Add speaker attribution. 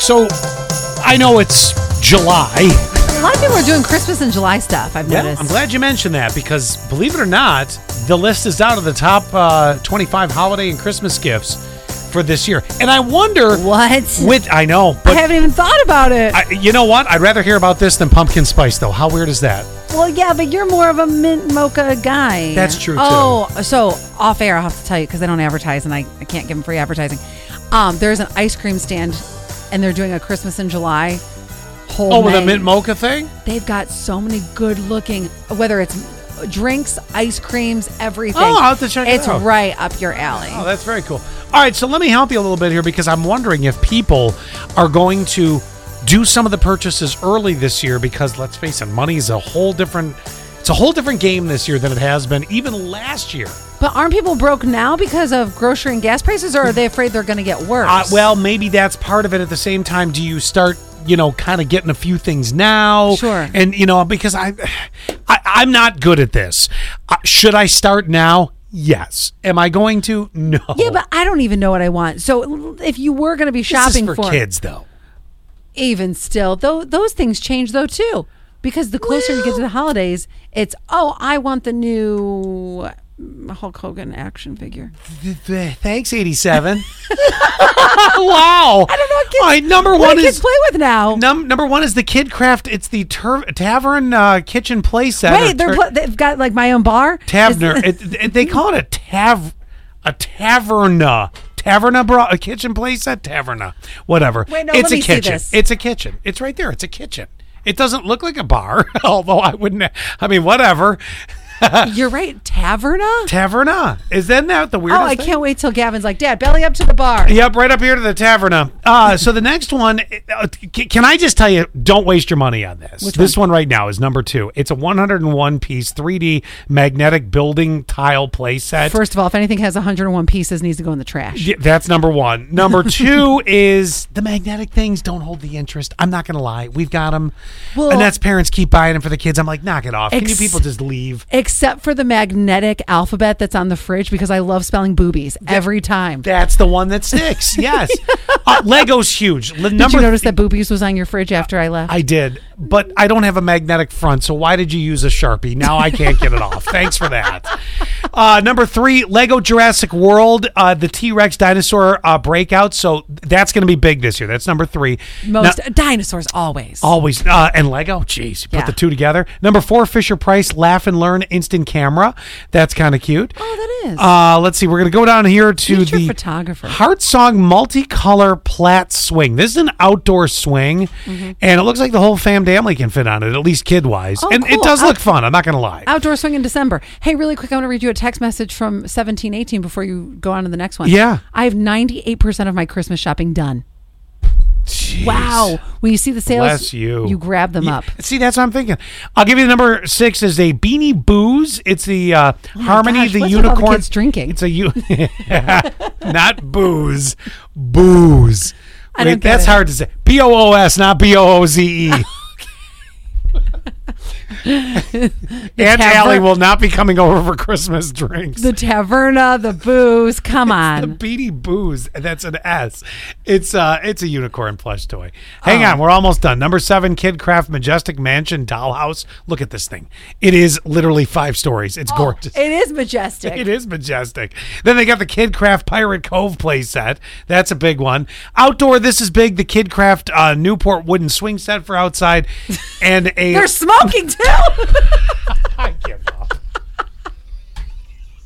Speaker 1: So I know it's July.
Speaker 2: A lot of people are doing Christmas and July stuff. I've noticed.
Speaker 1: I'm glad you mentioned that because believe it or not, the list is out of the top uh, 25 holiday and Christmas gifts for this year. And I wonder
Speaker 2: What?
Speaker 1: with I know,
Speaker 2: I
Speaker 1: but
Speaker 2: haven't even thought about it.
Speaker 1: I, you know what? I'd rather hear about this than pumpkin spice though. How weird is that?
Speaker 2: well, yeah, but you're more of a mint mocha guy.
Speaker 1: That's true, too.
Speaker 2: Oh, so off air, I'll have to tell you because they don't advertise and I, I can't give them free advertising. Um, there's an ice cream stand and they're doing a Christmas in July. Whole
Speaker 1: Oh, with a
Speaker 2: menu.
Speaker 1: mint mocha thing?
Speaker 2: They've got so many good looking, whether it's drinks, ice creams, everything.
Speaker 1: Oh, I'll have to check it
Speaker 2: It's
Speaker 1: out.
Speaker 2: right up your alley.
Speaker 1: Oh, that's very cool. All right, so let me help you a little bit here because I'm wondering if people are going to do some of the purchases early this year because let's face it, money is a whole different it's a whole different game this year than it has been even last year.
Speaker 2: But aren't people broke now because of grocery and gas prices, or are they afraid they're going to get worse?
Speaker 1: Uh, well, maybe that's part of it. At the same time, do you start, you know, kind of getting a few things now?
Speaker 2: Sure.
Speaker 1: And you know, because I, I I'm not good at this. Uh, should I start now? Yes. Am I going to? No.
Speaker 2: yeah, but I don't even know what I want. So if you were going to be
Speaker 1: this is
Speaker 2: shopping
Speaker 1: for kids, though.
Speaker 2: even still, though, those things change though too, because the closer you get to the holidays, it's oh, I want the new Hulk Hogan action figure.
Speaker 1: Th- th- Thanks, eighty-seven. wow. I don't know.
Speaker 2: what kids-
Speaker 1: All right, number
Speaker 2: What
Speaker 1: one
Speaker 2: do kids
Speaker 1: is
Speaker 2: play with now?
Speaker 1: num- number one is the kid craft. It's the tur- tavern uh, kitchen play set. or
Speaker 2: Wait, they're
Speaker 1: tur-
Speaker 2: pl- they've got like my own bar.
Speaker 1: Tavner. it, it- they call it a tav, a taverna, taverna, bra, a kitchen place, a taverna, whatever.
Speaker 2: Wait, no,
Speaker 1: it's
Speaker 2: let
Speaker 1: a
Speaker 2: me see
Speaker 1: kitchen.
Speaker 2: this.
Speaker 1: It's a kitchen. It's right there. It's a kitchen. It doesn't look like a bar, although I wouldn't. I mean, whatever.
Speaker 2: You're right, Taverna.
Speaker 1: Taverna. Isn't that the
Speaker 2: Oh,
Speaker 1: weirdest?
Speaker 2: I
Speaker 1: thing?
Speaker 2: can't wait till Gavin's like, Dad, belly up to the bar.
Speaker 1: Yep, right up here to the taverna. Uh, so the next one, uh, c- can I just tell you, don't waste your money on this. this one? right now is number two. It's a 101 piece 3D magnetic building tile playset.
Speaker 2: First of all, if anything has 101 pieces, needs to go in the trash.
Speaker 1: Yeah, that's number one. Number two is the magnetic things don't hold the interest. I'm not gonna lie, we've got them,
Speaker 2: Well-
Speaker 1: and that's parents keep buying them for the kids. I'm like, knock it off. Can you
Speaker 2: Ex-
Speaker 1: people just leave?
Speaker 2: Except for the magnetic alphabet that's on the fridge because I love spelling boobies every time.
Speaker 1: That's the one that sticks. Yes, uh, Lego's huge. L-
Speaker 2: Did
Speaker 1: number
Speaker 2: you notice that boobies was on your fridge after I left?
Speaker 1: I did, but I don't have a magnetic front, so why did you use a Sharpie? Now I can't get it off. Thanks for that. Uh, number three, Lego Jurassic World, uh, the T Rex dinosaur uh, breakout. So that's going to be big this year. That's number three.
Speaker 2: Most
Speaker 1: Now-
Speaker 2: dinosaurs always.
Speaker 1: Always uh, and Lego. Jeez, you put
Speaker 2: Yeah.
Speaker 1: the two together. Number four, Fisher Price Laugh and Learn instant camera. That's kind of cute.
Speaker 2: oh, that is.
Speaker 1: Uh, let's see. We're gonna go down here to
Speaker 2: Feature
Speaker 1: the
Speaker 2: photographer.
Speaker 1: Heart Song multicolor plat swing. This is an outdoor swing, and it looks like the whole fam family can fit on it, at least kid wise.
Speaker 2: Mm-hmm. Oh,
Speaker 1: and it
Speaker 2: cool. uh,
Speaker 1: does
Speaker 2: Out-
Speaker 1: look fun. I'm not gonna lie.
Speaker 2: Outdoor swing in December. Hey, really quick, I want to read you a text message from 1718 before you go on to the next one.
Speaker 1: Yeah.
Speaker 2: I have 98% of my Christmas shopping done.
Speaker 1: Jeez.
Speaker 2: Wow. When you see the sales,
Speaker 1: Bless you.
Speaker 2: you grab them
Speaker 1: Yeah,
Speaker 2: up.
Speaker 1: See, that's what I'm thinking. I'll give you the number six is a Beanie Booze. It's the uh, Harmony,
Speaker 2: Oh gosh,
Speaker 1: the
Speaker 2: what's with all the
Speaker 1: Unicorn.
Speaker 2: kids drinking?
Speaker 1: It's a u- not booze, booze.
Speaker 2: I don't
Speaker 1: Wait,
Speaker 2: get
Speaker 1: that's
Speaker 2: it.
Speaker 1: hard to say. B O O S, not B O O Z E. Aunt
Speaker 2: taver-
Speaker 1: Allie will not be coming over for Christmas drinks.
Speaker 2: The taverna, the booze. Come
Speaker 1: The
Speaker 2: on.
Speaker 1: Beanie Booze. That's an S. It's uh it's a unicorn plush toy.
Speaker 2: Oh.
Speaker 1: Hang on, we're almost done. Number seven, Kid Craft Majestic Mansion Dollhouse. Look at this thing. It is literally five stories.
Speaker 2: Oh,
Speaker 1: It's gorgeous.
Speaker 2: It is majestic.
Speaker 1: It is majestic. Then they got the Kid Craft Pirate Cove play set. That's a big one. Outdoor, this is big. The Kid Craft uh, Newport wooden swing set for outside, and a
Speaker 2: They're smoking too.
Speaker 1: I